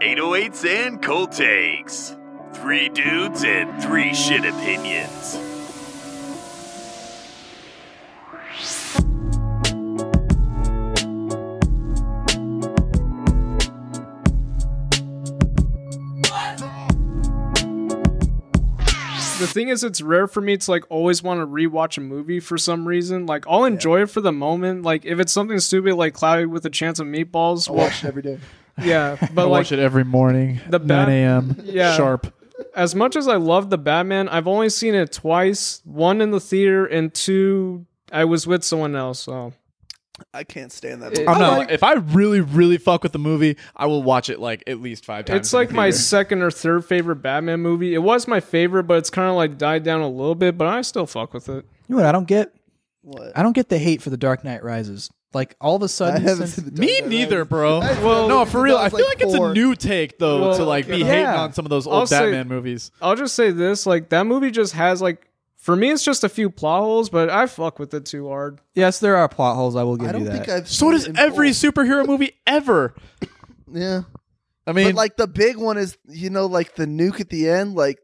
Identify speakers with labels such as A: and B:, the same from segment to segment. A: 808s and cold takes. Three dudes and three shit opinions.
B: the thing is it's rare for me to like always want to rewatch a movie for some reason like i'll enjoy it for the moment like if it's something stupid like cloudy with a chance of meatballs
C: I
B: well
C: watch it every day.
B: yeah
D: I
B: but like
D: watch it every morning,
B: the bat-
D: 9 a.m.
B: Yeah.
D: sharp.
B: as much as i love the batman i've only seen it twice one in the theater and two i was with someone else so
C: I can't stand that.
B: It-
D: I'm
C: I
D: not.
C: like-
D: if I really, really fuck with the movie, I will watch it like at least five times.
B: it's
D: in the
B: like my
D: theater.
B: second or third favorite batman movie it was my favorite but it's kind of like died down a little bit but i still fuck with it
E: You know what I don't get?
C: What?
E: I don't get the hate for The Dark Knight Rises. Like all of a
C: I
E: sudden,
C: haven't
E: since-
C: seen the
D: Me
C: Dark Knight
D: neither,
C: Rises.
D: bro.
B: Well,
D: no, for real. I
C: that was
D: feel
C: like
D: like it's
C: four.
D: a new take though
B: Well,
D: to like be
B: yeah.
D: hating on some of those old
B: I'll say-
D: Batman movies.
B: I'll just say this: like that movie just has like for me, it's just a few plot holes, but I fuck with it too hard.
E: yes, there are plot holes. I will give
C: I
E: you
C: don't
E: that.
C: think I've.
D: So
C: seen
D: does
C: it in
D: every
C: full.
D: superhero movie ever.
C: Yeah,
D: I
C: but
D: mean,
C: like the big one is you know like the nuke at the end. Like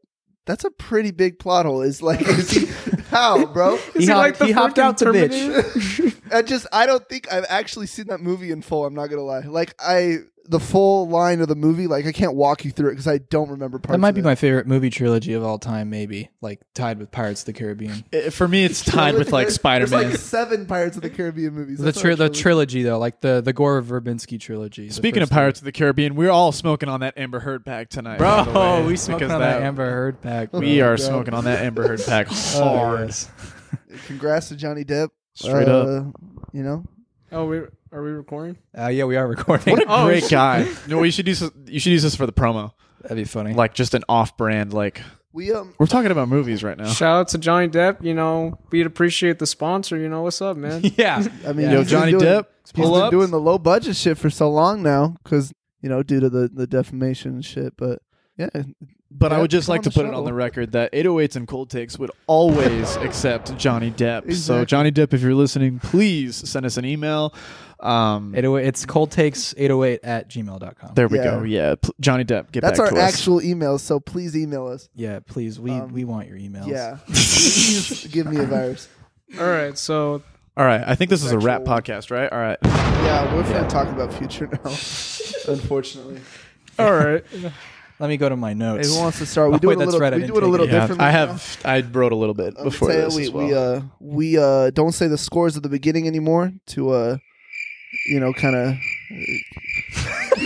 C: that's a pretty big plot hole. Is like is he, how, bro?
E: he,
B: Is it
E: hop-
B: like the
E: he hopped
B: freaking
E: out to
B: Terminator?
E: bitch.
C: I just I don't think I've actually seen that movie in full. I'm not gonna lie. Like I the full line of the movie. Like I can't walk you through it because I don't remember parts.
E: That might
C: of
E: be
C: it.
E: my favorite movie trilogy of all time. Maybe like tied with Pirates of the Caribbean.
D: it- eh, for me, it's tied with like
C: There's
D: Spider Man.
C: Like seven Pirates of the Caribbean movies.
E: The
C: That's
E: tri-
C: not
E: the
C: a trilogy.
E: trilogy though, like the the Gore Verbinski trilogy. the
D: Speaking of
E: first one.
D: Pirates of the Caribbean, we're all smoking on that Amber Heard pack tonight. by the
E: bro,
D: way,
E: we smoking
D: because
E: on that Amber Heard pack. Bro.
D: We are
C: God.
D: smoking on that Amber Heard pack
E: Oh,
D: hard,
E: yes.
C: Congrats to Johnny Depp.
D: straight up.
C: Uh, You know,
B: Oh, we are we recording?
E: Uh, yeah, we are recording.
B: Oh,
D: Great
B: shit.
D: guy. No, you should use this- you should use this for the promo,
E: That'd be funny.
D: like just an off-brand. Like
C: we um
D: we're talking about movies right
E: Oh.
D: now.
B: Shout out to Johnny Depp. You know, we'd appreciate the sponsor. You know, what's up, man?
E: yeah,
C: I mean,
E: Yeah.
D: Yo,
C: he's been
D: Johnny
C: doing-
D: Depp,
C: He's
D: pull
C: been
D: up.
C: doing the low budget shit for so long now because you know due to the the defamation and shit. But yeah,
D: But I
C: Depp,
D: would just
C: come
D: like
C: on
D: to
C: the
D: put it
C: shuttle.
D: on the record that 808s and cold takes would always accept Johnny Depp. So
C: Exactly.
D: Johnny Depp, if you're listening, please send us an email. Um,
E: 808, it's cold takes 808 at gmail.com.
D: there we
C: Yeah.
D: go. Yeah, pl- Johnny Depp, get
C: that's
D: back
C: our
D: to
C: actual email. So please email us.
E: Yeah, please. We
C: Um,
E: we want your emails.
C: Yeah, please give me a virus.
B: All right, so
D: us. All right, I think this is a rap
C: Actual-
D: podcast, right? All right.
C: Yeah, we're gonna talk about future now. Unfortunately,
B: all right,
E: Let me go to my notes.
C: who wants to start? We
E: Oh,
C: do
E: wait,
C: it a
E: that's
C: little.
E: right, I
C: We
E: didn't
C: do it a
E: take
C: little
E: it.
D: Yeah,
C: differently.
D: I
C: now.
D: have I wrote a little bit
C: Um,
D: before
C: Mateo,
D: this
C: we,
D: as well.
C: we uh we uh don't say the scores at the beginning anymore to uh you know kind of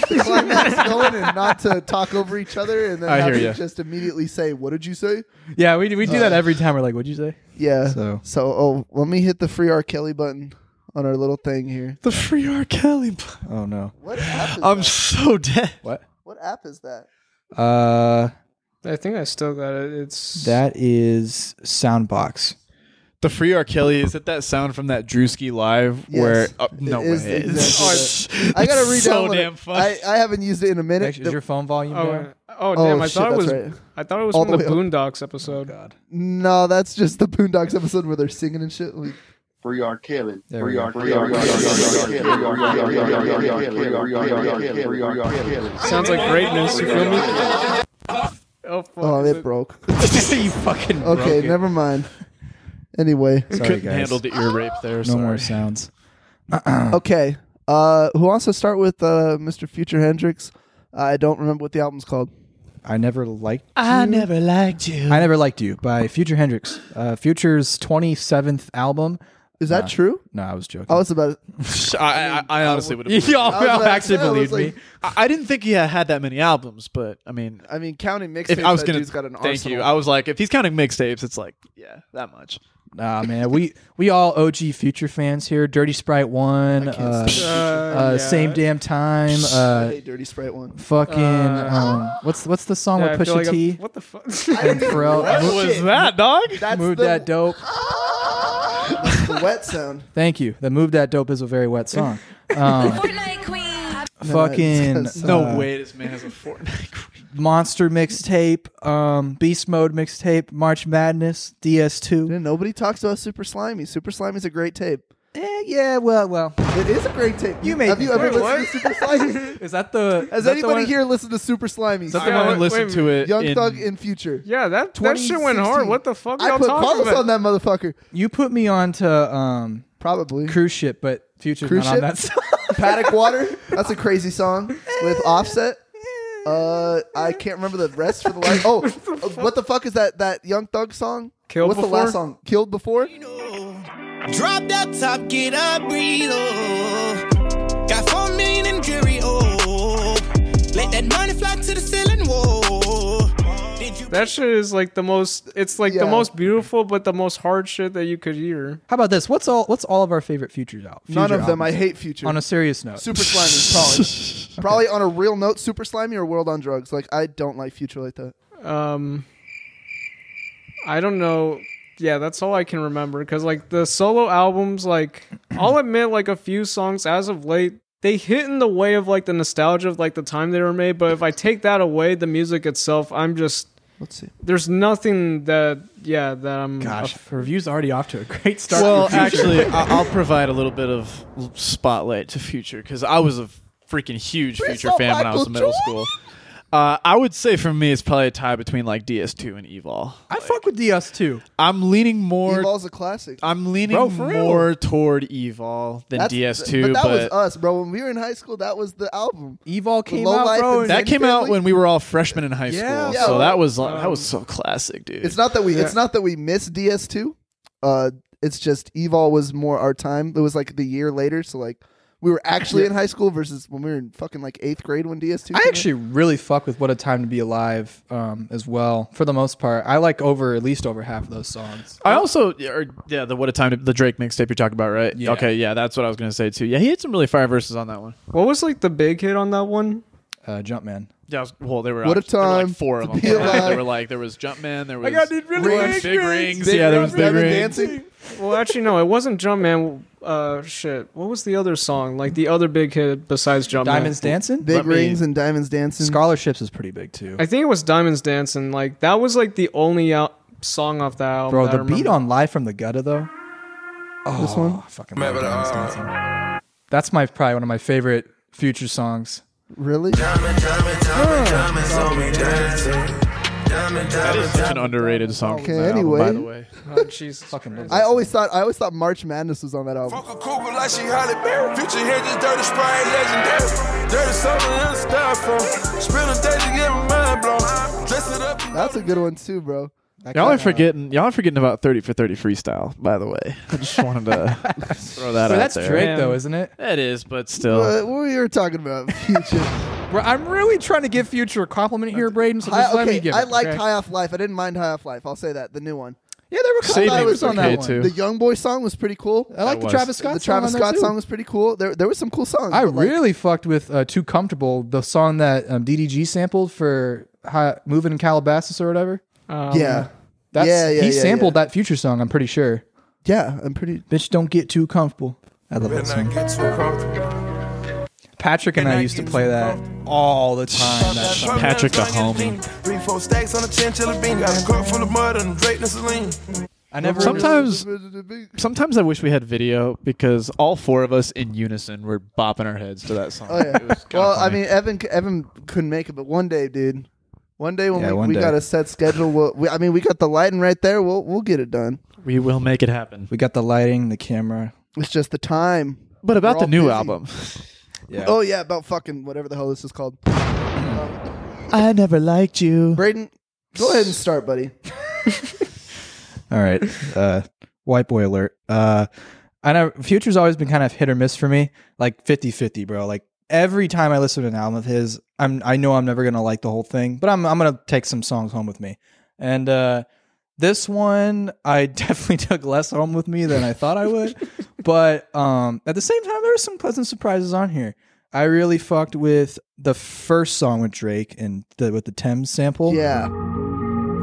C: climax going and not to talk over each other and then
D: I hear
C: have to
D: ya.
C: just immediately say what did you say
E: yeah, we, we do that every time. We're like, what'd you say?
C: yeah so,
E: So
C: oh let me hit the free R Kelly button on our little thing here
D: the free R. Kelly.
E: Oh no.
C: what app is
D: I'm
C: that?
D: so dead.
E: What?
C: what app is that
E: Uh
B: I think I still got it. It's
E: that is Soundbox.
D: The free R. Kelly is it that sound from that Drewski live
C: Yes.
D: where oh, no
C: It is
D: way.
C: exactly
D: It's-
C: I gotta read
D: it's so damn
C: it. I,
D: funny.
C: I haven't used it in a minute
E: Actually, is
C: The-
E: your phone volume
B: Oh,
E: down?
B: oh,
C: Oh,
B: damn! I
C: shit,
B: thought it was.
C: that's right.
B: I thought it was
C: All
B: from
C: the
B: the
C: way
B: Boondocks episode.
E: Oh, God.
C: no that's just the Boondocks episode where they're singing and shit We-
F: Free R. Kelly.
E: There
F: Free
E: we
F: R.
E: go.
F: Kelly. Free R. Kelly. Free R. Kelly. Free R. Kelly. Free R. Kelly. Free R. Kelly.
B: Sounds like greatness. You feel me? Oh fuck!
C: oh
B: is
C: it
B: it-
C: broke
E: you fucking
C: okay
E: broke it.
C: never mind anyway
E: Sorry,
D: couldn't
E: guys.
D: handle the ear rape there.
E: No
D: sorry.
E: more sounds.
C: Okay. Uh, who wants to start with uh, Mr. Future Hendrix? I don't remember what the album's called.
E: I never liked
D: I never liked you.
E: I never liked you by Future Hendrix. Uh, Future's 27th album.
C: Is that
E: Nah.
C: true?
E: No, I was joking.
C: I was about
D: I, I, I honestly would have.
E: Y'all
C: I was
E: y'all
C: like-
E: actually
C: I was
E: believed
C: like-
E: me.
D: I, I didn't think he had, had that many albums, but I mean,
C: I mean, counting mixtapes.
D: if I was
C: that
D: gonna
C: dude's got an
D: thank
C: arsenal.
D: you, I was like, if he's counting mixtapes, it's like, yeah, that much.
E: Nah, man, we we all OG Future fans here. Dirty Sprite one,
C: can't
E: uh,
C: stand
E: uh,
B: yeah.
E: same damn time.
C: I
E: Uh,
C: hate Dirty Sprite one.
E: fucking
B: Uh,
E: um, what's what's the song
B: Yeah, I
E: with
B: feel
E: Pusha
B: like I'm-
E: T
B: What the fuck?
E: and Pharrell?
D: What was that, dog?
C: That's
E: Move
C: the,
E: that dope.
C: the wet sound.
E: Thank you. The move that dope is a very wet song. Um,
G: Fortnite queen.
E: fucking
C: it's-
D: No
E: uh,
D: way, this man has a Fortnite. career.
E: Monster mixtape, um, Beast Mode mixtape, March Madness, DS2.
C: Nobody talks about Super Slimy. Super Slimy's a great tape.
E: Eh, yeah, well, well.
C: It is a great tape.
E: You made
C: Have
E: me-
C: you ever
E: Wait,
C: listened to Super Slimy?
E: Is that the?
C: Has
E: is that the
C: anybody
E: one-
C: here listened to Super Slimy?
D: That's the
B: Yeah,
D: one I
B: wait-
D: listened
B: wait a
D: to it.
C: Young
D: in-
C: Thug in Future.
B: Yeah, that that shit went
C: 2016.
B: hard. What the fuck
C: I
B: y'all
C: put
B: talking
C: Carlos
B: about?
C: on that motherfucker.
E: You put me on to um,
C: Probably.
E: cruise ship, but future's
C: Cruise
E: not
C: ship?
E: on that. song.
C: Paddock Water. That's a crazy song with Offset. Uh, I can't remember the rest for the life. Oh, uh, what the fuck is that? That Young Thug song.
B: Killed
C: What's the
B: Before?
C: last song? Killed before.
G: Drop that top, get up, breathe, oh. Got four million in jury, oh. Let that money fly to the ceiling, whoa. Did you
B: That shit is like the most. It's like the
C: Yeah.
B: most beautiful, but the most hard shit that you could hear.
E: How about this? What's all? What's all of our favorite futures out?
C: None
E: future
C: of them. I
E: albums?
C: hate Future.
E: On a serious note,
C: Super Slimy, probably. Probably on a real note, Super Slimy or World on Drugs. Like I don't like Future like that.
B: Um, I don't know. Yeah, that's all I can remember because like the solo albums, like I'll admit, like a few songs as of late, they hit in the way of like the nostalgia of like the time they were made. But if I take that away, the music itself, I'm just
C: Let's see.
B: there's nothing that yeah that I'm
E: gosh, the review's already off to a great start.
D: Well,
E: for Future.
D: actually, I- I'll provide a little bit of l- spotlight to Future because I was a freaking huge Future
C: saw
D: fan when I was in
C: Michael
D: middle school. Uh, I would say for me, it's probably a tie between like DS2 and Evol.
E: I fuck with DS too.
D: I'm leaning more.
C: Evol's a classic.
D: I'm leaning
E: Bro, for real.
D: more toward Evol than
C: That's-
D: DS2,
C: But
D: but,
C: that was us, bro. When we were in high school, that was the album.
E: Evol came
C: Low
E: out,
C: Life
E: bro.
C: and
E: and-
D: that came out when we were all freshmen in high
E: Yeah.
D: school.
C: Yeah,
D: so
C: well,
D: that was like, that was so classic, dude.
C: It's not that we. It's not that we miss DS2. Uh, it's just Evol was more our time. It was like the year later, so like we were actually in high school versus when we were in fucking like eighth grade when DS2.
E: I
C: came out.
E: actually really fuck with "What a Time to Be Alive" um, as well. For the most part, I like over at least over half of those songs.
D: I also, yeah, or, yeah, the what a time to, the Drake mixtape you're talking about, right?
E: Yeah.
D: Okay, yeah, that's what I was gonna say too. Yeah, he had some really fire verses on that one.
B: what was like the big hit on that one?
E: Uh, Jumpman.
D: Yeah, I was, well, they were
C: What
D: out-
C: a
D: there were,
C: time
D: like four of them.
C: to be alive.
D: They were like there was Jumpman, there was
E: really
C: Rings,
D: big rings.
C: Big
D: yeah, there
C: Rock,
D: was big
C: Diamond
D: rings.
C: Dancing.
B: Well, actually, no, it wasn't Jumpman. Uh, shit, what was the other song? Like the other big hit besides Jumpman?
E: Diamonds Dancing.
C: Big
D: Let me-
C: rings and diamonds dancing.
E: Scholarships is pretty big too.
B: I think it was Diamonds Dancing. Like that was like the only out- song off that album.
E: Bro,
B: that I
E: the beat
B: remember.
E: on "Live from the Gutter" though. Oh, this one, fucking love Diamonds Dancing. That's my probably one of my favorite future songs.
C: really?
D: That is such an underrated song. from
C: Okay,
D: that album, by
C: anyway.
D: the way,
B: Oh, Jesus
E: Fucking love
B: Christ.
E: that
C: I
E: song.
C: always thought I always thought March Madness was on that album.
H: Fuck a cougar like she Holly Berry. Future hedges, dirty sprite, legendary. Dirty summer and stuff from. Spend a day to get my mind blown. Dress it up. and
C: That's a good one too, bro.
D: y'all are forgetting. Y'all are forgetting about thirty for thirty freestyle. By the way, I just wanted to throw that out
E: But that's
D: there.
E: Drake
B: Man.
E: though, isn't it?
D: That is, but still,
C: But what we were talking about, Future.
E: Bro, I'm really trying to give Future a compliment here, Braden. So
C: High,
E: just let me
C: okay,
E: give.
C: I
E: it,
C: liked
E: okay?
C: High Off Life. I didn't mind High Off Life. I'll say that. The new one.
E: Yeah, there were a
D: Saving
E: couple
C: it
E: others
C: was
E: on that
D: okay,
E: one.
D: too.
C: The Young Boy song was pretty cool.
E: Oh, I like the
D: was.
E: Travis Scott.
C: the Travis
E: song on
C: Scott
E: that too.
C: song was pretty cool. There, there were some cool songs.
E: I
C: but, like,
E: really fucked with uh, "Too Comfortable," the song that um, DDG sampled for hi- "Moving in Calabasas" or whatever.
B: Um,
C: yeah,
E: That's,
C: Yeah, yeah,
E: he
C: yeah,
E: sampled
C: yeah.
E: that Future song. I'm pretty sure.
C: yeah. I'm pretty.
E: Bitch, don't get too comfortable. I love that
H: not
E: song.
H: get too comfortable.
E: Patrick and I used to play that all the time. That song.
D: Patrick the homie.
H: Three, four stacks on a chinchilla bean. Got a cup full of mud and Drake and Celine.
E: I never.
D: Sometimes- sometimes I wish we had video because all four of us in unison were bopping our heads to that song.
C: Oh yeah.
D: It was kinda
C: well, I
D: funny.
C: mean, Evan, Evan couldn't make it, but one day, dude. One day when
E: Yeah,
C: we,
E: one
C: we
E: day.
C: got a set schedule, we'll, we, I mean, we got the lighting right there. We'll we'll get it done.
D: we will make it happen.
E: we got the lighting, the camera.
C: It's just the time.
D: But about the
C: We're all
D: new
C: busy.
D: album,
E: Yeah.
C: Oh yeah, about fucking whatever the hell this is called.
D: I never liked you.
C: Braden, go ahead and start, buddy.
E: All right. Uh, white boy alert. Uh, I know Future's always been kind of hit or miss for me, like 50 50, bro. Like every time I listen to an album of his, I'm, I know I'm never going to like the whole thing, but I'm, I'm going to take some songs home with me. And, uh, this one I definitely took less home with me than I thought I would, but um, at the same time, there were some pleasant surprises on here. I really fucked with the first song with Drake and the, with the Thames sample.
C: Yeah,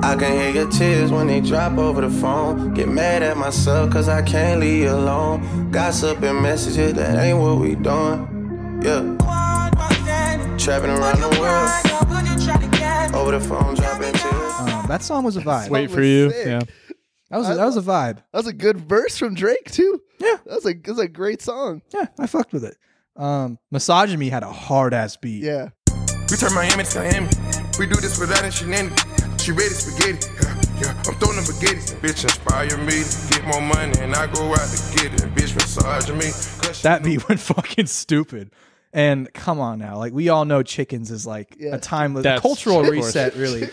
H: I can hear your tears when they drop over the phone. Get mad at myself cause I can't leave you alone. Gossip and messages, that ain't what we doing. Yeah. Trapping around the world. Over the phone, dropping tears.
E: Um, that song was a vibe.
D: Wait
C: That
D: for
C: was
D: you.
C: sick.
D: Yeah.
E: That was
C: I-
E: that was a vibe.
C: That was a good verse from Drake too.
E: Yeah.
C: that was a that was a great song.
E: Yeah, I fucked with it. Um, Misogyny had a hard ass beat.
C: Yeah,
I: We turn Miami to Miami. We do this without a shenanigans. She ready spaghetti. Yeah, yeah. I'm throwing them spaghetti. Bitch, inspire me to get more money and I go out to get it. Bitch, massage me. Cause
E: That beat went fucking stupid. And come on now, like we all know, chickens is like
C: Yeah.
E: a timeless a
D: That's-
E: cultural
D: of course.
E: reset. Really,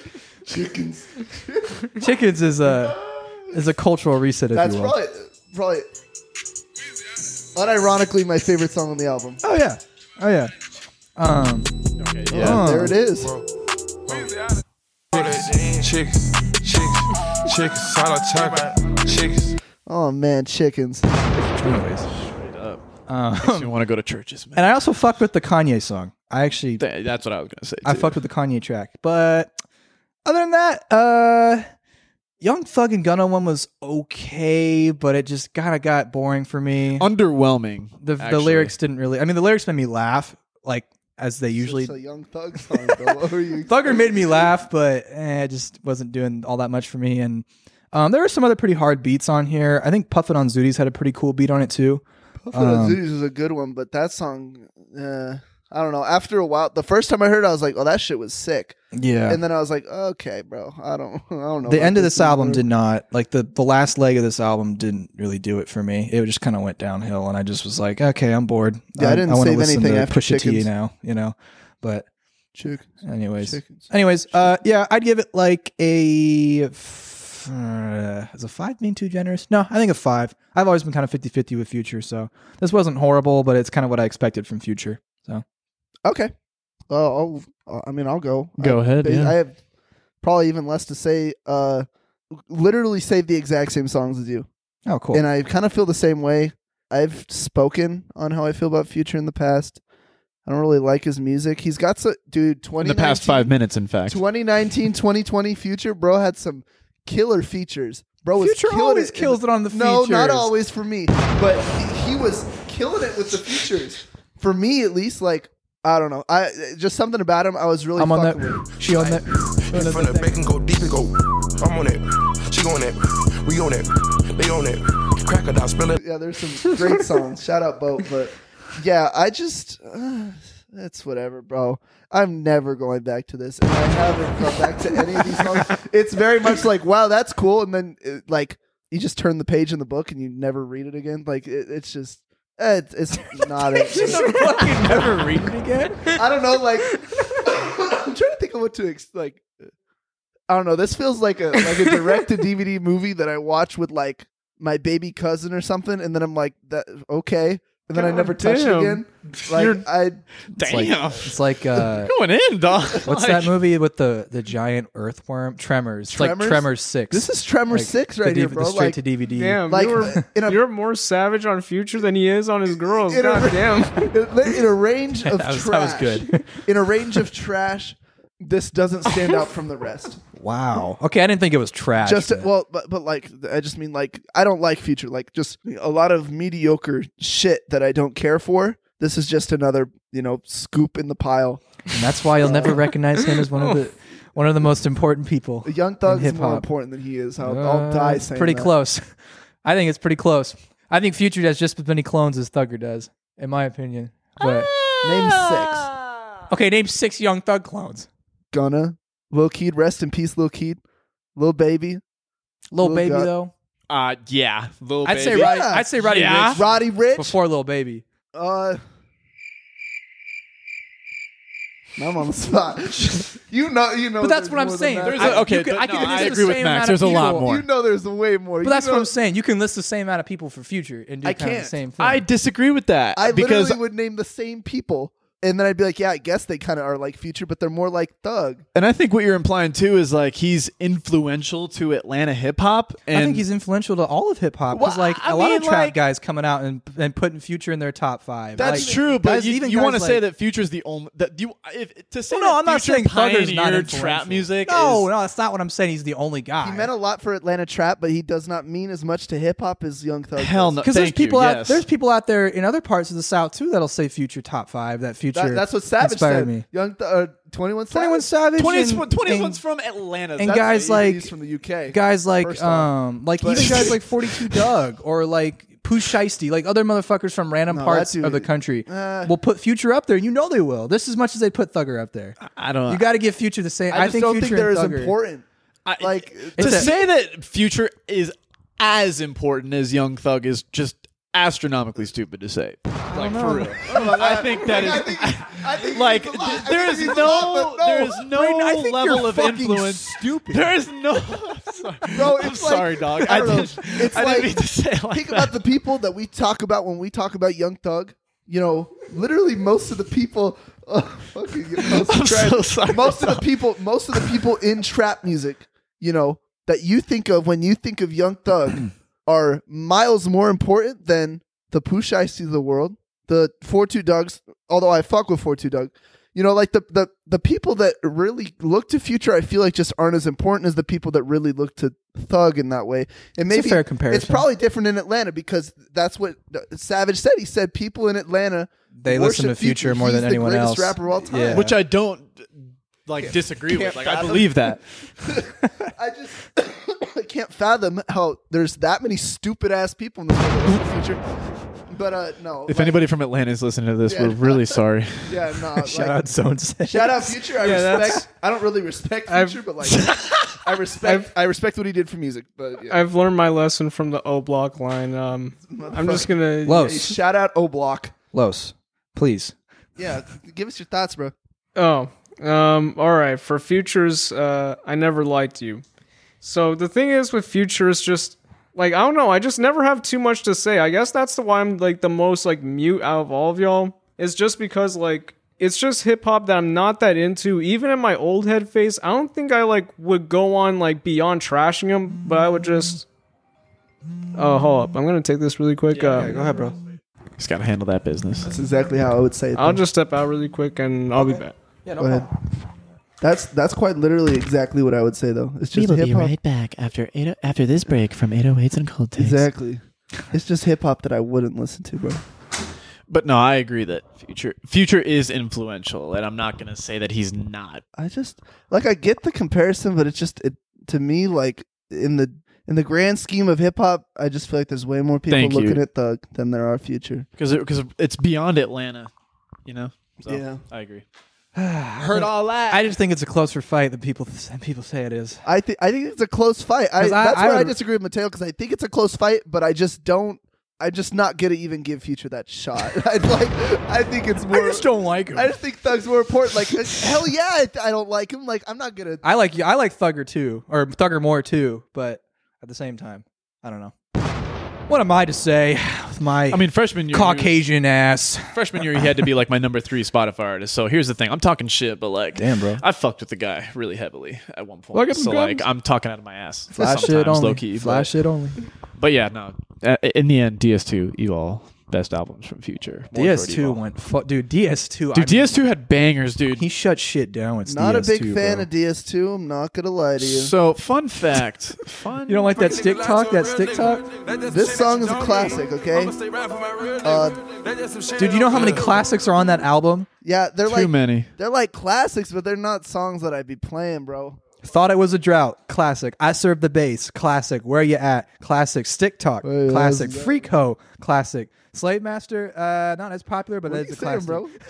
C: chickens.
E: chickens is a is a cultural reset. If
C: That's
E: you will.
C: probably probably unironically my favorite song on the album.
E: Oh yeah, oh yeah. Um,
C: Yeah, there it is.
I: Chicks, chicks, chicks, chicks, solid chocolate. Chicks.
C: Oh man, chickens.
E: anyways, Uh,
D: Makes
E: Um,
D: me want to go to churches, man.
E: and I also fucked with the Kanye song. I actually
D: Th- That's what I was gonna say.
E: I
D: too.
E: fucked with the Kanye track, but other than that, uh, Young Thug and Gunna one was okay, but it just kind of got boring for me.
D: underwhelming.
E: the the
D: Oh, actually.
E: lyrics didn't really. I mean, the lyrics made me laugh, like as they usually.
C: it's a young thug song. Bro. What were you?
E: Thugger made me laugh, but eh, it just wasn't doing all that much for me. And um, there were some other pretty hard beats on here. I think Puffin on Zooties had a pretty cool beat on it too.
C: Um, is a good one, but that song, uh, I don't know. After a while, the first time I heard, it, I was like, "Oh, that shit was sick,"
E: Yeah.
C: and then I was like, "Okay, bro, I don't, I don't know."
E: the
C: about
E: end of this album
C: anymore."
E: did not like the the last leg of this album didn't really do it for me. It just kind of went downhill, and I just was like, okay, I'm bored.
C: Yeah, I didn't
E: wanna
C: save
E: listen
C: anything
E: to
C: after
E: Pusha T
C: Chickens.
E: now, you know. But
C: Chick-
E: anyways,
C: chickens.
E: anyways, uh, yeah, I'd give it like a. f- Uh, is a five being too generous? No, I think a five. I've always been kind of 50 50 with Future, so this wasn't horrible, but it's kind of what I expected from Future. So
C: Okay. Oh, I'll, I mean, I'll go.
D: Go
C: I,
D: ahead,
C: ba-
D: yeah.
C: I have probably even less to say. Uh, literally saved the exact same songs as you,
E: oh cool.
C: and I kind of feel the same way. I've spoken on how I feel about Future in the past. I don't really like his music. He's got so dude.
D: in
C: Twenty
D: the past five minutes, in fact.
C: 2019, 2020 Future, bro had some killer features. Bro was
E: Future
C: killing
E: always
C: it in
E: kills it on the
C: No, not
E: features.
C: always for me, but he was killing it with the features. For me, at least, like I don't know, I just something about him. I was really
E: I'm on that.
C: fucking with.
E: She on that.
I: From the back and go deep and go. I'm on it. She on it. We on it. They on it. Crocodile spilling.
C: Yeah, there's some great songs. Shout out Boat, but yeah, I just uh, that's whatever, bro. I'm never going back to this, and I haven't gone back to any of these songs. It's very much like, wow, that's cool, and then it, like you just turn the page in the book and you never read it again. Like it, it's just. eh, It's, it's not. A,
E: fucking never read it again.
C: I don't know. Like, I'm trying to think of what to ex- like. I don't know. This feels like a like a direct to DVD movie that I watch with like my baby cousin or something, and then I'm like, that okay, and then I
B: God
C: never touch it
B: damn.
C: again. Like
B: You're-
C: I
D: Damn,
E: It's like uh,
D: going in, dog.
E: what's that movie with the the giant earthworm? Tremors. It's like
C: Tremors?
E: Tremors Six.
C: this is Tremor
E: Like,
C: Six
E: the
C: right here,
E: DV
C: bro.
E: The straight
C: Like,
E: to DVD.
B: Damn,
C: like
B: you were,
C: in a
B: you're more savage on Future than he is on his girls.
C: In a-
B: God damn.
C: in a range of
E: That was- that was
C: trash.
E: good.
C: in a range of trash, this doesn't stand out from the rest.
E: Wow. Okay, I didn't think it was trash.
C: just
E: but-
C: well but, but like i just mean like i don't like future like just a lot of mediocre shit that i don't care for this is just another you know scoop in the pile
E: and that's why you'll never recognize him as one of the one of the most important people.
C: a young thug is more
E: hip-hop.
C: important than he is i'll,
E: Uh,
C: I'll die
E: it's
C: saying
E: pretty
C: that.
E: close. I think it's pretty close. I think Future has just as many clones as Thugger does, in my opinion. But
C: name six Ah!
E: okay, name six Young Thug clones.
C: gunna lil keed rest in peace lil keed lil baby
E: Little
C: Lil
E: baby
C: Gun-
E: though.
D: Uh, yeah, little
E: I'd say
D: baby.
E: Roddy.
C: Yeah.
E: I'd say Roddy
D: Yeah.
E: Ricch
C: roddy rich
E: before Little Baby.
C: uh now I'm on the spot. you know, you know.
E: But that's
C: there's
E: what I'm
C: more than
E: saying.
C: that.
E: There's
D: I-
E: a,
D: okay,
E: you could-
D: but
E: I could
D: no,
E: list
D: I
E: the
D: agree with
E: same
D: Max.
E: amount
D: There's
E: of
D: a lot
E: people.
D: more.
C: You know, there's way more.
E: But
C: You
E: that's
C: know-
E: what I'm saying. You can list the same amount of people for future and do
C: I
E: kind of
C: can't.
E: the same thing.
D: I disagree with that
C: I
D: because
C: literally would name the same people, and then I'd be like, yeah, I guess they kind of are like Future, but they're more like Thug.
D: And I think what you're implying too is like he's influential to Atlanta hip hop. And
E: I think he's influential to all of hip hop because,
D: Well,
E: like,
D: I
E: a lot
D: mean,
E: of trap
D: like-
E: guys coming out and, and putting Future in their top five.
D: that's
E: Like,
D: true, but
E: guys-
D: you,
E: even
D: you
E: guys
D: want to say
E: like-
D: that Future's the only that you if to say
E: Well, no,
D: that
E: I'm not
D: Future
E: saying Thugger's not
D: pioneered
E: influential.
D: trap music.
E: No,
D: is,
E: no, that's not what I'm saying. He's the only guy.
C: He meant a lot for Atlanta trap, but he does not mean as much to hip hop as Young Thug.
D: hell
C: does.
D: no.
E: because there's
D: thank you,
E: people out
D: yes.
E: there's people out there in other parts of the South too that'll say Future top five that Future.
C: That, that's what Savage
E: inspired
C: said.
E: me.
C: Young th- uh, 21 Savage.
E: 21 Savage.
D: 20's,
E: and-
D: 20's
E: and-
D: one's from Atlanta.
E: and
D: That's-
E: guys
C: He's
E: like
C: from the UK.
E: guys like
C: first off.
E: um like
C: But-
E: even guys like 42 Doug or like Pooh Shiesty, like other motherfuckers from random
C: No, that
E: parts
C: dude-
E: of the country
C: Uh,
E: will put Future up there. You know they will. This as much as they put Thugger up there.
D: I don't
E: You got to give Future the same.
C: Uh, I,
E: I,
C: just
E: think
C: don't
E: Future
C: think they're
E: and
C: as
E: Thugger-
C: important.
D: I-
C: Like
D: to
E: It's a-
D: say that Future is as important as Young Thug is just astronomically stupid to say. Like for real. I think that
C: I
D: is.
C: think- I think
D: Like
C: he's a lot- I think
D: there is
C: he's
D: no,
C: a lot, but
D: there is no
E: Brayden, I think
D: level
E: you're
D: of
E: fucking
D: influence.
E: Stupid.
D: There is no. I'm sorry,
C: Bro,
D: I'm
C: it's like-
D: sorry dog. I,
C: I don't know.
D: didn't,
C: It's
D: I
C: like-
D: didn't mean to say it like
C: think
D: that.
C: about the people that we talk about when we talk about Young Thug. You know, literally most of the people. Oh, fucking, most
D: I'm
C: of, trap-
D: so sorry.
C: most of the people. Most of the people in trap music. You know that you think of when you think of Young Thug are miles more important than the push I see the world, the four two dogs. Although I fuck with four two Doug. You know, like the, the the people that really look to future, I feel like just aren't as important as the people that really look to thug in that way. And
E: a
C: maybe
E: fair comparison.
C: It's probably different in Atlanta because that's what Savage said. He said people in Atlanta
E: They listen to
C: worship
E: Future more
C: He's
E: than
C: the
E: anyone else.
C: greatest Rapper of all time.
E: Yeah.
D: which I don't like disagree with. Like I believe that.
C: I just I can't fathom how there's that many stupid ass people in this world that listen to Future. But uh, no,
D: If
C: like,
D: anybody from Atlanta is listening to this,
C: Yeah.
D: we're really sorry.
C: yeah, no,
E: Shout
C: like,
E: out Zone Six.
C: Shout out Future. I
B: Yeah, that's-
C: respect. I don't really respect
B: I've-
C: Future, but like, I respect. i respect what he did for music. But yeah.
B: I've learned my lesson from the O Block line. Um, I'm just gonna
E: Love.
C: Hey, shout out O Block.
E: Los, please.
C: Yeah, give us your thoughts, bro.
B: Oh, um, all right. For futures, uh, I never liked you. So the thing is with futures, just like I don't know, I just never have too much to say. I guess that's the why I'm like the most like mute out of all of y'all. Is just because like it's just hip hop that I'm not that into. Even in my old head phase, I don't think I like would go on like beyond trashing him, but I would just. Oh, hold up! I'm gonna take this really quick. uh,
E: Go ahead, bro.
D: Just gotta handle that business.
C: That's exactly how I would say it.
B: I'll just step out really quick and I'll be back.
C: Go ahead. That's that's quite literally exactly what I would say though. It's just hip hop.
G: back after eight, oh, after this break from 808s and Cold Takes.
C: Exactly. It's just hip hop that I wouldn't listen to, bro.
D: But no, I agree that future future is influential, and I'm not gonna say that he's not.
C: I just like I get the comparison, but it's just it to me like in the in the grand scheme of hip hop, I just feel like there's way more people
D: Thank you.
C: looking at Thug than there are Future.
D: because because it's beyond Atlanta, you know. So,
C: Yeah.
D: I agree.
E: Heard all that. I just think it's a closer fight than people than people say it is.
C: I think I think it's a close fight. I,
E: 'Cause I-
C: that's
E: I
C: where I
E: would-
C: disagree with Mateo because I think it's a close fight, but I just don't. I'm just not gonna even give Future that shot. I like. I think it's more.
E: don't like him.
C: I
E: I,
C: just think Thug's more important. Like uh, hell yeah, I, I don't like him. Like I'm not gonna.
E: like I like Thugger too, or Thugger more too. But at the same time, I don't know. What am I to say with my
D: I mean, freshman year,
E: Caucasian ass?
D: freshman year, he had to be like my number three Spotify artist. So here's the thing: I'm talking shit, but like,
E: Damn, bro.
D: I fucked with the guy really heavily at one point.
B: Look at
D: so
B: them
D: like,
B: guns.
D: I'm talking out of my ass.
E: Flash it
D: sometimes,
E: only.
D: low key.
E: Flash
D: but,
E: it only.
D: But yeah, no. uh, In the end, DS2, you all best albums from Future. More for
E: DS2
D: Evil.
E: went fu- dude. DS2,
D: Dude,
E: I-
D: DS2 had bangers, dude.
E: He shut shit down. It's
C: Not a
E: DS2,
C: big fan
E: bro.
C: of DS2. I'm not gonna lie to you.
D: So fun fact, fun.
E: You don't like that stick talk? That stick talk?
C: This song is a classic, okay? Uh,
E: Dude, you know how many classics are on that album?
C: yeah, they're
D: too
C: like
D: many.
C: they're like classics, but they're not songs that I'd be playing, bro.
E: Thought it was a drought. Classic. I served the bass. Classic. Where you at? Classic. Stick talk.
C: Wait,
E: classic.
C: that's-
E: Freak hoe. Classic. Slave master. Uh, not as popular, but
C: What are
E: it's
C: you
E: a
C: saying,
E: classic.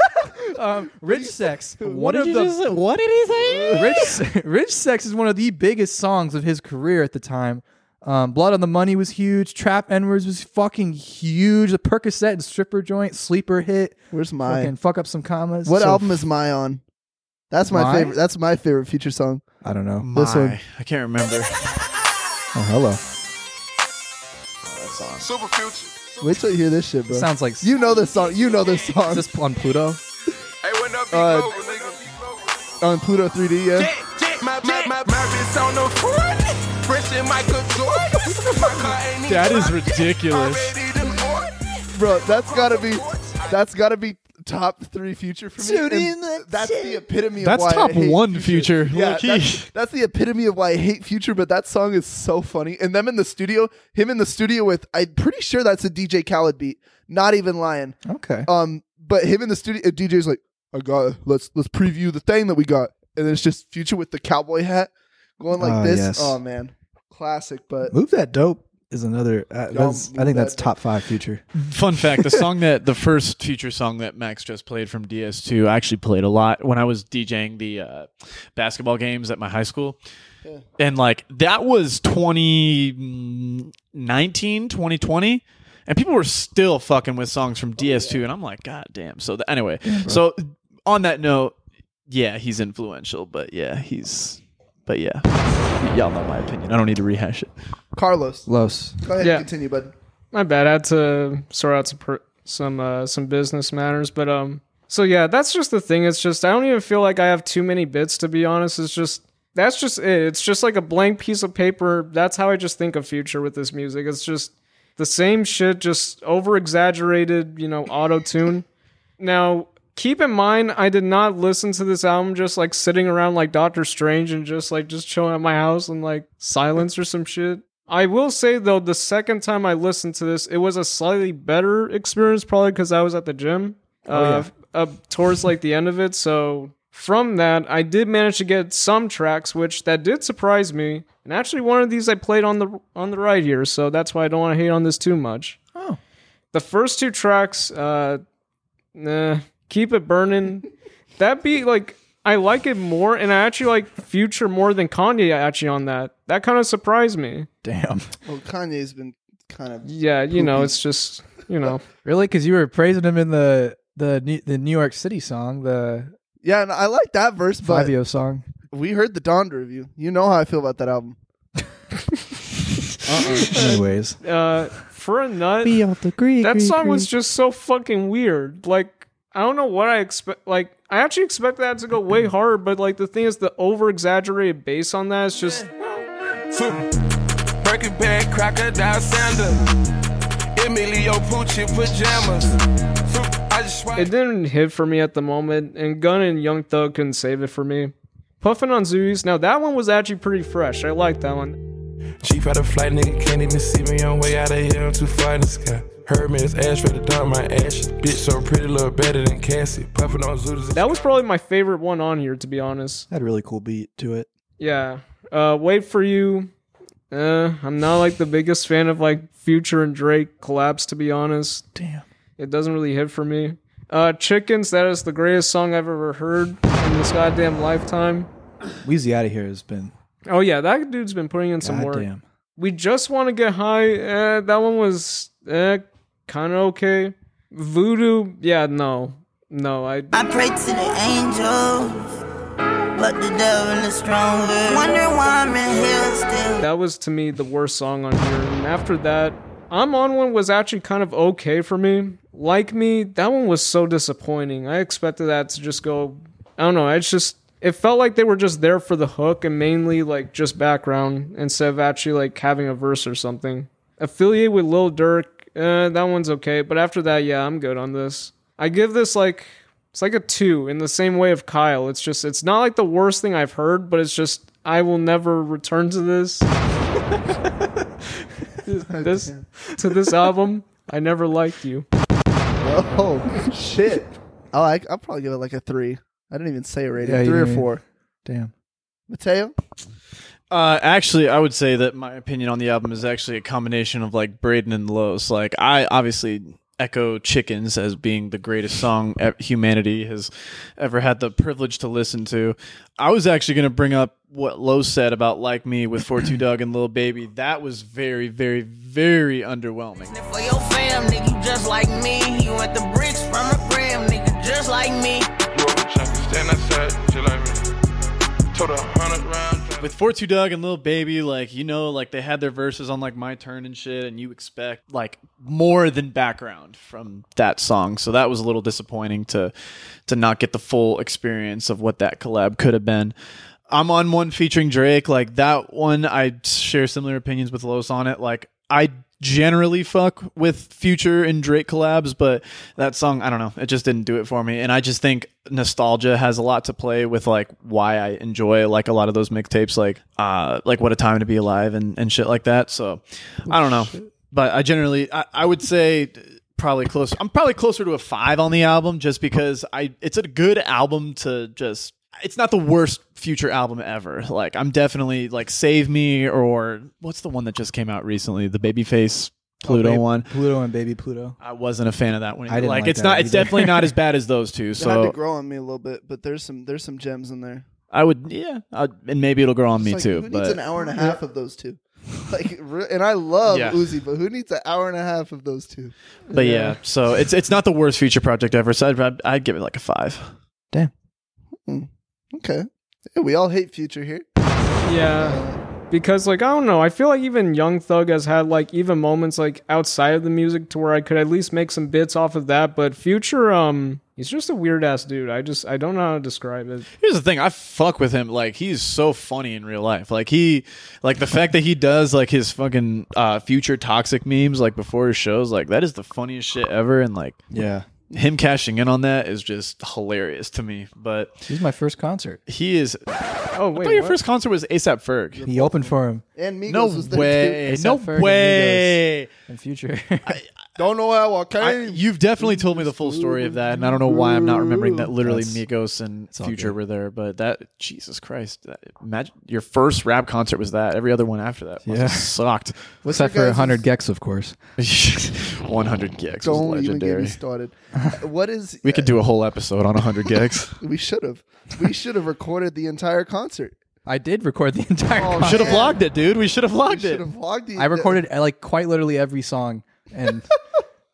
C: bro?
E: Um, rich sex. One of
D: you
E: the
D: just- what did he say?
E: rich rich sex is one of the biggest songs of his career at the time. Um, Blood on the Money was huge. Trap N words was fucking huge. The Percocet and stripper joint sleeper hit.
C: Where's
E: Fucking
C: mine?
E: fuck up some commas.
C: What
E: So-
C: album is my on? That's my
E: Mine?
C: favorite. That's my favorite future song.
E: I don't know.
C: This one.
D: I can't remember.
E: Oh, hello.
I: Super future.
C: Wait till you hear this shit, bro.
E: Sounds like
C: you know this song. You know this
E: Is
C: song
E: this on Pluto?
I: Hey, when up,
C: Uh,
I: over, nigga.
C: on Pluto 3D. Yeah.
I: My, my, my, my bitch on the court. Fresh in Michael Jordan. My car ain't even
D: That is
I: out yet.
D: ridiculous.
I: Already them or-
C: bro. That's gotta be. That's gotta be top three future for me.
E: Dude,
C: and
E: in the
C: that's
E: shit.
C: the epitome.
D: That's
C: of why I
D: top
C: hate
D: one future.
C: Yeah,
D: low key.
C: that's, that's the epitome of why I hate Future, but that song is so funny. And them in the studio, him in the studio with, I'm pretty sure that's a DJ Khaled beat. Not even lying.
E: Okay.
C: Um, but him in the studio, and DJ's like, I got. it. Let's let's preview the thing that we got, and it's just Future with the cowboy hat going like
E: Ah,
C: this.
E: yes.
C: Oh man, classic. But
E: Move that dope is another. Uh, that's,
C: Move
E: I think
C: That
E: that's
C: Dope.
E: top five future.
D: Fun fact: the song that the first future song that Max just played from DS2, I actually played a lot when I was DJing the uh, basketball games at my high school, and like that was 2019, 2020. And people were still fucking with songs from DS2, and I'm like, God damn. So, the, anyway, so on that note, yeah, he's influential, but yeah, he's, but yeah, Y- y'all know my opinion. I don't need to rehash it.
C: Carlos,
E: Los.
C: go ahead
B: Yeah.
C: and continue, bud.
B: my bad. I had to sort out some per- some uh, some business matters, but um, so yeah, that's just the thing. It's just I don't even feel like I have too many bits to be honest. It's just that's just it. It's just like a blank piece of paper. That's how I just think of future with this music. It's just the same shit, just over exaggerated, you know, auto tune. Now, keep in mind, I did not listen to this album just like sitting around like Doctor Strange and just like just chilling at my house and like silence or some shit. I will say though, the second time I listened to this, it was a slightly better experience, probably because I was at the gym uh, up towards like the end of it. So from that, I did manage to get some tracks, which that did surprise me. And actually, one of these I played on the on the right here, so that's why I don't want to hate on this too much. Oh, the first two tracks, uh, nah, keep it burning. that beat like I like it more, and I actually like Future more than Kanye actually on that. That kind of surprised me.
E: Damn.
C: Well, Kanye's been kind of
B: Yeah, you know, it's just you know,
E: Really? Because you were praising him in the the New- the New York City song, the
C: yeah, and I like that verse, but
E: Fabio song.
C: we heard the Don review. You know how I feel about that album.
E: Anyways,
B: uh, for a nut.
E: off the creek.
B: that song was just so fucking weird. Like I don't know what I expect. Like I actually expect that to go way harder, but like the thing is, the over exaggerated bass on that is just
I: Breaking bad crocodile sander. Emilio Pucci pajamas. I just
B: it didn't hit for me at the moment. And Gun and Young Thug couldn't save it for me. Puffin on Zoomies. Now that one was actually pretty fresh. I liked that one.
I: Chief out of flight, nigga can't even see me on way out of here. I'm too far in the sky. Heard me, it's ash for the dumb, my ashes. Bitch, so pretty, little better than Cassie. Puffin on Zooters.
B: That was probably my favorite one on here, to be honest.
E: had a really cool beat to it.
B: Yeah. Uh, wait for you. Uh, I'm not like the biggest fan of like Future and Drake collabs, to be honest.
E: Damn.
B: It doesn't really hit for me. Uh, Chickens, that is the greatest song I've ever heard in this goddamn lifetime.
E: Wheezy out of here has been
B: Oh yeah, that dude's been putting in some work.
E: goddamn.
B: We just want to get high. Eh, that one was eh, kind of okay. Voodoo, yeah, no, no, I
J: I pray to the angels, but the devil is stronger. Wonder why I'm in here still.
B: that was to me the worst song on here. And after that, I'm on one was actually kind of okay for me. Like me, that one was so disappointing. I expected that to just go. I don't know. It's just it felt like they were just there for the hook and mainly like just background instead of actually like having a verse or something. Affiliate with Lil Durk, uh, that one's okay. But after that, yeah, I'm good on this. I give this like it's like a two in the same way of Kyle. It's just it's not like the worst thing I've heard, but it's just I will never return to this this to this album. I never liked you.
C: Oh shit! I like. I'll probably give it like a three. I didn't even say a rating.
E: Yeah, you
C: three or
E: didn't.
C: four.
E: Damn.
C: Mateo,
D: Uh, actually, I would say that my opinion on the album is actually a combination of like Braden and Los. Like, I obviously echo Chickens as being the greatest song e- humanity has ever had the privilege to listen to. I was actually going to bring up what Los said about Like Me with 4 2 Doug and Lil Baby. That was very, very, very underwhelming.
J: For your fam, nigga, you just like me. You at the bricks from the brim, nigga, just like me.
I: Stand outside, chill like me. Told a hundred rounds.
D: With 4 2 Doug and Lil Baby, like, you know, like they had their verses on like My Turn and shit, and you expect like more than background from that song. So that was a little disappointing to to not get the full experience of what that collab could have been. I'm on one featuring Drake. Like that one, I share similar opinions with Los on it. Like I generally fuck with Future and Drake collabs, but that song, I don't know, it just didn't do it for me. And I just think nostalgia has a lot to play with, like why I enjoy like a lot of those mixtapes, like uh, like What a Time to Be Alive and and shit like that. So I don't know, but I generally, I, I would say probably close. I'm probably closer to a five on the album just because I it's a good album to just. It's not the worst future album ever. Like I'm definitely like Save Me or what's the one that just came out recently? The Babyface
C: Oh,
D: Pluto
E: Baby-
D: one.
E: Pluto and Baby Pluto.
D: I wasn't a fan of that one.
E: I
D: either.
E: didn't
D: like,
E: like
D: it's
E: that
D: not. It's
E: either.
D: definitely not as bad as those two.
C: It
D: So
C: had to grow on me a little bit, but there's some there's some gems in there.
D: I would, yeah, i and maybe it'll grow on me
C: It's like,
D: too.
C: Who needs
D: but
C: an hour and a half of those two? Like, re- and I love
D: Yeah.
C: Uzi, but who needs an hour and a half of those two?
D: but yeah. so it's it's not the worst feature project ever. So I'd, I'd, I'd give it like a five.
C: Okay, Yeah, we all hate Future here.
B: Yeah. Because like I don't know, I feel like even Young Thug has had like even moments like outside of the music to where I could at least make some bits off of that, but Future um he's just a weird ass dude. I just I don't know how to describe it.
D: Here's the thing, I fuck with him. Like he's so funny in real life. Like he, like the fact that he does like his fucking uh, future toxic memes like before his shows. Like that is the funniest shit ever. And like
E: Yeah.
D: him cashing in on that is just hilarious to me. But
E: This is my first concert.
D: he is.
B: Oh
D: I
B: wait.
D: thought your
B: what?
D: first concert was ASAP Ferg.
E: He opened for him
C: And Migos
D: No
C: was there
D: way.
C: too.
E: too.
D: No
E: A$AP Ferg and
D: way.
E: in future.
C: Don't know how I
D: I,
C: came.
D: you've definitely told me the full story of that, and I don't know why I'm not remembering that. Literally,
E: That's-
D: Migos and
E: all
D: Future
E: good.
D: were there, but that Jesus Christ! That, imagine your first rap concert was that. Every other one after that, must
E: Yeah.
D: have sucked.
E: Except
C: your
E: for
C: guys'
E: 100 Gex, of course.
D: 100 gigs was
C: Don't even get me
D: legendary.
C: started. What is?
D: We could do a whole episode on 100 gigs.
C: We should have. We should have recorded the entire concert.
E: I did record the entire
C: Oh,
E: concert.
D: should have
C: Man.
D: vlogged it, dude. We should have
C: We
D: vlogged
C: should
D: it.
C: have vlogged the.
E: I recorded uh, like quite literally every song and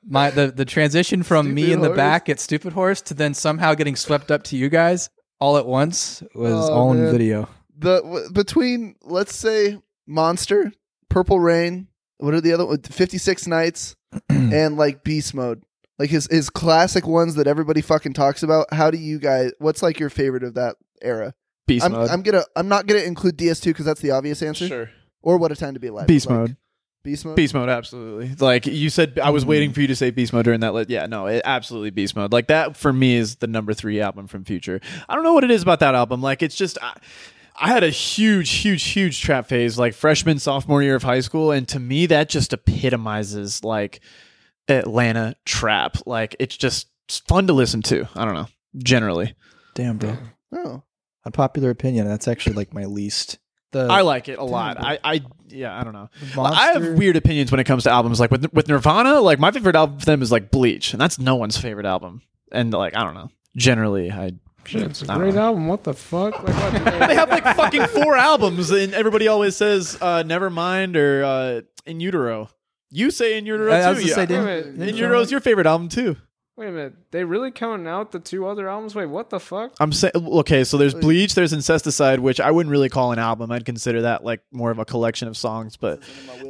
E: my the, the transition from me
C: Stupid
E: in the
C: Horse.
E: back at Stupid Horse to then somehow getting swept up to you guys all at once was
C: Oh,
E: all in
C: man.
E: video.
C: the w- between let's say Monster, Purple Rain, what are the other Fifty Six Nights, and like Beast Mode, like his his classic ones that everybody fucking talks about. How do you guys? What's like your favorite of that era?
D: Beast
C: I'm
D: mode.
C: I'm gonna I'm not gonna include DS2 because that's the obvious answer.
D: sure.
C: Or what a time to be alive.
D: Beast
C: Like,
D: mode.
C: Beast mode.
D: Beast mode, absolutely. Like you said, I was waiting for you to say beast mode during that. Li- yeah, no, it, absolutely beast mode. Like that for me is the number three album from Future. I don't know what it is about that album. Like it's just. I, I had a huge, huge, huge trap phase, like freshman, sophomore year of high school, and to me that just epitomizes like Atlanta trap. Like it's just fun to listen to. I don't know. Generally,
E: Damn, bro.
C: Oh,
E: Unpopular opinion. That's actually like my least. The
D: I like it a lot.
E: bro.
D: I, I, yeah, I don't know.
E: monster,
D: I have weird opinions when it comes to albums. Like with with Nirvana, like my favorite album for them is like Bleach, and that's no one's favorite album. And like I don't know. Generally, I.
B: It's a
D: I don't
B: great
D: know.
B: album. What the fuck? Like, what-
D: they have like fucking four albums, and everybody always says uh, "Nevermind" or uh, "In Utero." You say "In Utero"
E: I, I was
D: too.
E: gonna say,
D: yeah.
E: didn't-
B: Wait a minute.
D: "In Utero" is your favorite album too.
B: Wait a minute. They really counting out the two other albums? Wait, what the fuck?
D: I'm saying okay. So there's Bleach, there's Incesticide, which I wouldn't really call an album. I'd consider that like more of a collection of songs. But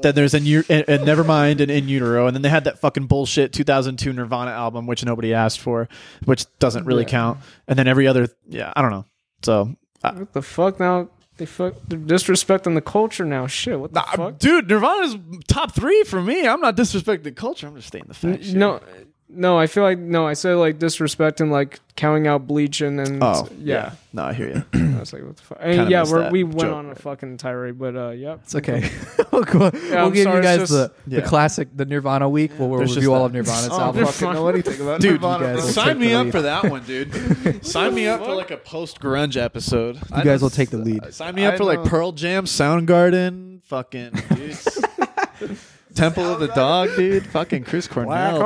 D: then there's in U- and, and Nevermind and In Utero, and then they had that fucking bullshit 2002 Nirvana album, which nobody asked for, which doesn't really count. And then every other, yeah, I don't know. So. I-
B: What the fuck now? They fuck they're disrespecting the culture now. Shit, what the
D: I-
B: fuck?
D: dude, Nirvana's top three for me. I'm not disrespecting the culture. I'm just stating the fact. shit.
B: No, no, I feel like no. I said like disrespecting, like counting out bleach and and
D: Oh yeah.
B: yeah.
D: No, I hear you.
B: I was like, what the fuck? And
D: Kinda
B: yeah,
D: missed
B: we're,
D: that
B: we went
D: joke,
B: on a
D: right.
B: fucking tirade, but uh, yep.
E: It's okay. we'll go- we'll
B: I'm
E: give
B: sorry,
E: you
B: it's
E: guys
B: just-
E: the,
D: Yeah.
E: the classic, the Nirvana week. where we'll
D: There's just
E: review all
D: that.
E: of Nirvana's
B: Oh,
E: album.
B: fuck.
C: fucking know anything about
D: Dude,
C: Nirvana,
E: you guys
C: bro.
E: will
D: Sign
E: take
D: me
E: the
D: up
E: lead.
D: for that one, dude. Sign me up for like a post grunge episode.
E: You guys will take the lead.
D: Sign me up
C: I
D: for like
C: know.
D: Pearl Jam, Soundgarden, fucking dude. Temple of the Dog, dude. Fucking Chris Cornell,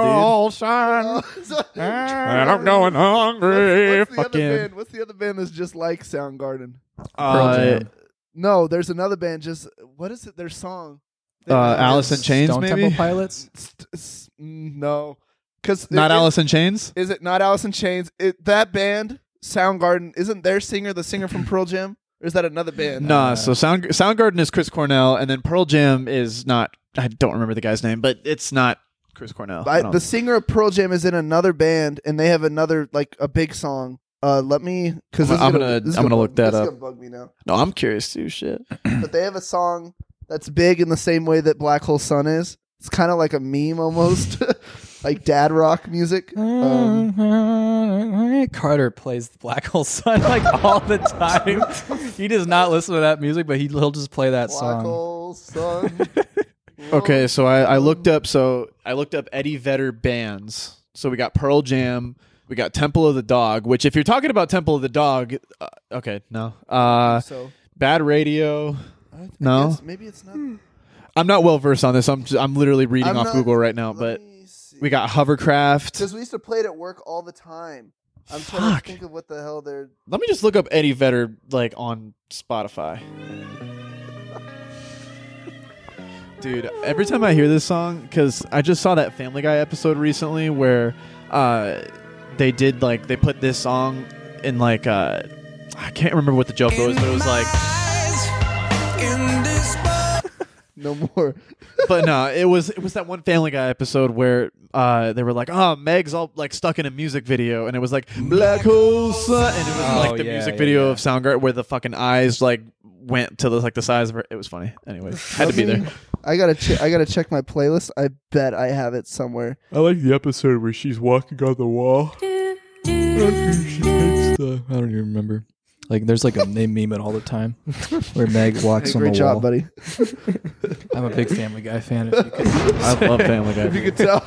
C: And
D: hungry.
C: What's the other band? What's the other band that's just like Soundgarden?
D: Uh,
C: No, there's another band. Just what is it? Their song.
D: uh, Alice in Chains,
E: Stone
D: maybe.
E: Temple Pilots.
C: St- s- mm, no, because
D: Not Alice in Chains.
C: Is it not Alice in Chains? It, that band, Soundgarden, isn't their singer the singer from Pearl Jam? Or is that another band?
D: Nah. So Sound Soundgarden is Chris Cornell, and then Pearl Jam is not. I don't remember the guy's name, but it's not Chris Cornell. I
C: I,
D: don't-
C: the singer of Pearl Jam is in another band, and they have another like a big song. Uh, let me because
D: I'm gonna- I'm gonna look that up.
C: Gonna bug me now,
D: no, I'm curious too. Shit.
C: but they have a song that's big in the same way that Black Hole Sun is. It's kind of like a meme almost, like dad rock music.
D: Mm.
C: Um,
E: Um, Carter plays the Black Hole Sun like all the time. he does not listen to that music, but he, he'll just play that
C: Black
E: song.
C: Hole Sun.
D: Okay, so I, I looked up. So I looked up Eddie Vedder bands. So we got Pearl Jam, we got Temple of the Dog, which if you're talking about Temple of the Dog, uh, okay, no. Uh
C: So
D: Bad Radio.
C: I th- I
D: No.
C: guess maybe it's not.
D: I'm not well versed on this. I'm just, I'm literally reading
C: I'm
D: off
C: not-
D: Google right now, but we got Hovercraft.
C: because we used to play it at work all the time. I'm trying to
D: Fuck.
C: think of what the hell they're.
D: Let me just look up Eddie Vedder like on Spotify. Dude, every time I hear this song, because I just saw that Family Guy episode recently where uh, they did like they put this song in like uh, I can't remember what the joke was, but it was like,
C: No more.
D: but no, it was it was that one Family Guy episode where uh, they were like, oh, Meg's all like stuck in a music video, and it was like Black Hole Sun, and it was
E: Oh,
D: like the
E: yeah,
D: music
E: yeah,
D: video
E: yeah.
D: of Soundgarden where the fucking eyes like went to the, like the size of her. It was funny. Anyway, had to be there.
C: I gotta. Che- I gotta check my playlist. I bet I have it somewhere.
E: I like the episode where she's walking on the wall. she takes the, I don't even remember. Like, there's like a they meme it all the time where Meg walks
C: Hey,
E: on
C: great
E: the
C: job,
E: wall.
C: buddy.
E: I'm a big Family Guy fan. If you could. I love Family Guy.
C: You could tell.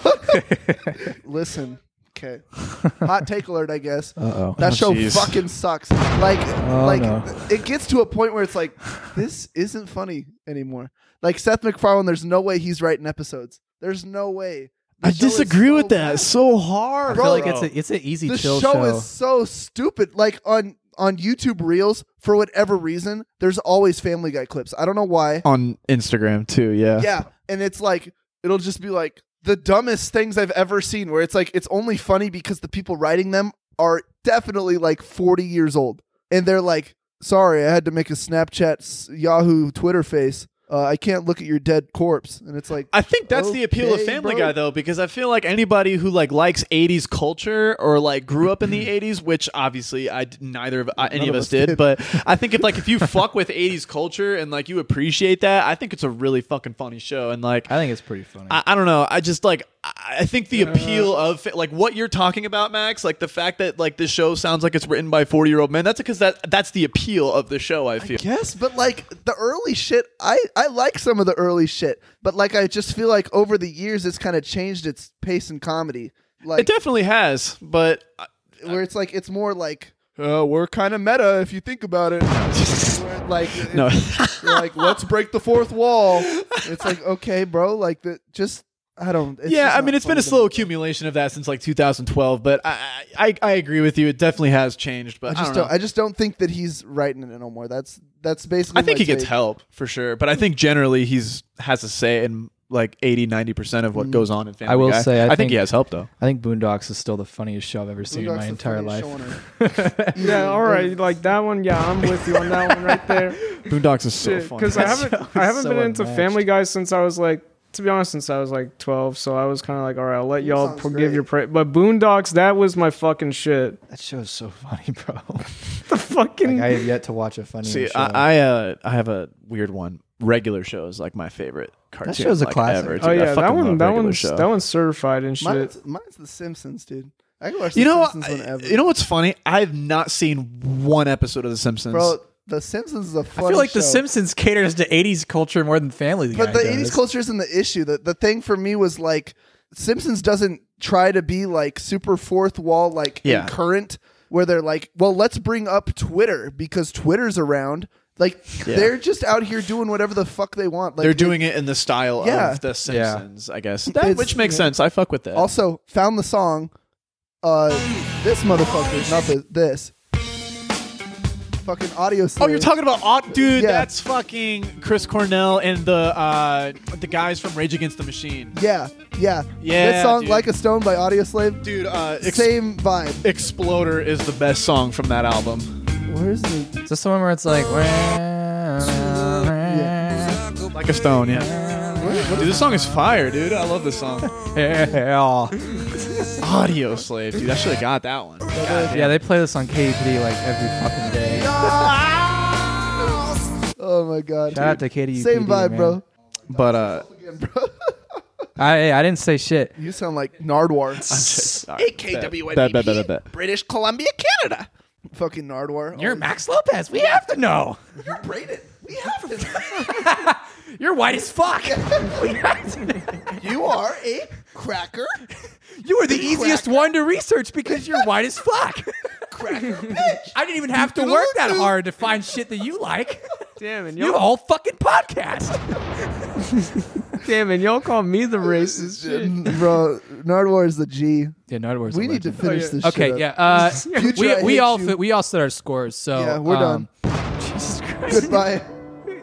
C: Listen. Okay. Hot take alert. I guess.
E: Uh oh.
C: That show
D: jeez.
C: fucking sucks. Like,
E: Oh,
C: like
E: no.
C: it gets to a point where it's like, this isn't funny anymore. Like Seth MacFarlane, there's no way he's writing episodes. There's no way. The
D: I
C: show is
D: disagree
C: so
D: with that
C: bad.
D: so hard.
E: I
C: Bro,
E: feel like it's a it's an easy
C: The show,
E: chill show.
C: is so stupid. Like on on YouTube Reels, for whatever reason, there's always Family Guy clips. I don't know why.
D: on Instagram too. Yeah.
C: Yeah, and it's like it'll just be like the dumbest things I've ever seen. Where it's like it's only funny because the people writing them are definitely like 40 years old, and they're like, "Sorry, I had to make a Snapchat s- Yahoo Twitter face. Uh, I can't look at your dead corpse." And it's like,
D: I think that's the appeal of
C: Okay,
D: Family
C: bro.
D: Guy though, because I feel like anybody who like likes '80s culture or like grew up in the '80s, which obviously I d- neither of I, any
C: None
D: of us did, but I think if like if you fuck with '80s culture and like you appreciate that, I think it's a really fucking funny show. And like
E: I think it's pretty funny.
D: I, I don't know. I just like I I think the appeal of like what you're talking about, Max. Like the fact that like this show sounds like it's written by 40 year old men. That's because that that's the appeal of the show. I feel.
C: Yes, but like the early shit, I I like some of the early shit, but like I just feel like over the years it's kind of changed its pace in comedy. Like
D: it definitely has, but uh,
C: where it's like it's more like uh, we're kind of meta if you think about it. Where, like it-
D: no.
C: you're like let's break the fourth wall. It's like okay, bro, like the, just I don't. It's
D: yeah,
C: just
D: I
C: not
D: mean, it's been
C: funny
D: a
C: to
D: slow
C: me.
D: accumulation of that since like 2012, but I I, I agree with you. It definitely has changed, but
C: I
D: I,
C: just
D: don't
C: don't.
D: know.
C: I just don't think that he's writing it no more. That's that's basically.
D: I think
C: my
D: he gets
C: take.
D: help for sure, but I think generally he's has a say in like 80 90% of
C: Mm.
D: what goes on in Family
E: I will
D: Guy.
E: say, I
D: think,
E: think-
D: he has help though.
E: I think Boondocks is still the funniest show I've ever seen in
C: Boondocks
E: my
C: the
E: entire
C: funniest
E: life.
C: show on earth.
B: Yeah, all right, like that one. Yeah, I'm with you on that one right there.
D: Boondocks is so funny.
B: Because I haven't, I haven't
E: so
B: been into
E: unmatched.
B: Family Guy since I was like, to be honest, since I was like 12. So I was kind of like, all right, I'll let y'all
C: sounds
B: pro-
C: great.
B: give your praise. But Boondocks, that was my fucking shit.
E: That show is so funny, bro.
B: The fucking oh,
E: like I have yet to watch a funny
D: See,
E: show.
D: I I, uh, I have a weird one. Regular show is like my favorite cartoon.
E: show's a
D: like,
E: classic.
D: Ever, dude.
B: oh
D: I
B: yeah, that
D: fucking
B: one,
D: love
B: that
D: Regular
B: one's
D: show.
B: that one's certified and shit.
C: Mine's, mine's The Simpsons, dude. I can watch
D: you
C: The
D: know,
C: Simpsons whenever.
D: you know what's funny? I've not seen one episode of The Simpsons.
C: bro, The Simpsons is a funny.
E: feel like The
C: show.
E: Simpsons caters to '80s culture more than Family Guy
C: But the
E: does.
C: eighties culture isn't the issue. The the thing for me was like Simpsons doesn't try to be like super fourth wall like
D: Yeah.
C: and current where they're like, well, let's bring up Twitter because Twitter's around. Like they're just out here doing whatever the fuck they want. Like
D: they're doing it in the style
C: Yeah.
D: of The
E: Yeah.
D: Simpsons, I guess. That,
C: It's-
D: which makes sense. I fuck with that.
C: Also, found the song. Uh, this motherfucker, not the, this. Fucking audio.
D: oh, you're talking about Aut- dude.
C: Yeah.
D: That's fucking Chris Cornell and the uh, the guys from Rage Against the Machine.
C: Yeah, yeah,
D: Yeah,
C: This song,
D: dude.
C: like a stone by Audio Slave.
D: Dude, uh, Ex-
C: Same vibe.
D: Exploder is the best song from that album.
C: Where's the?
E: Is this the one where it's like?
D: Like a stone, yeah. Dude, this song is fire, dude. I love this song.
E: Yeah.
D: Audio Slave, dude. I should have got that one.
E: yeah, they play this on KPD like every fucking day.
C: Oh my god.
E: Shout out to KDUPD,
C: Same vibe,
E: man.
C: bro.
D: But uh,
E: I I didn't say shit.
C: You sound like Nardwar. E
D: AKWNBP, bet, bet, bet, bet, bet.
C: British Columbia, Canada. Fucking Nardwar.
E: You're Max Lopez. We have to know.
C: You're braided. We have it.
E: You're white as fuck.
C: you are a Cracker,
E: You were the easiest one to research because you're white as fuck.
C: cracker bitch.
E: I didn't even have to work that hard to find shit that you like.
B: Damn it,
E: You have a
B: y'all,
E: whole fucking podcast.
B: damn it, y'all call me the racist. shit.
C: Bro, Nardwar is the G.
E: Yeah, no, words.
C: We need to finish
B: yeah.
C: this shit.
E: Okay,
C: up.
E: Oh, yeah. Uh,
C: Future, I
E: we we
C: hate
E: all
C: you.
E: fi- we all set our scores. So
C: Yeah, we're
E: um,
C: done. Goodbye.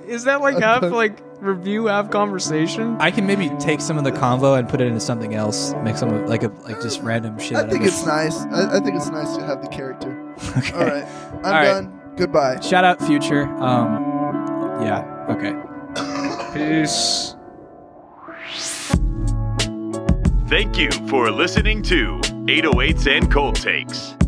B: Is that like have like review, have conversation?
E: I can maybe take some of the convo and put it into something else. Make some of- like a like just random shit.
C: I
E: that
C: think
E: missed.
C: it's nice. I, I think it's nice to have the character.
E: Okay.
C: All right. I'm
E: right.
C: done. Goodbye.
E: Shout out future. Um, yeah. Okay.
B: Peace.
A: Thank you for listening to 808s and Cold Takes.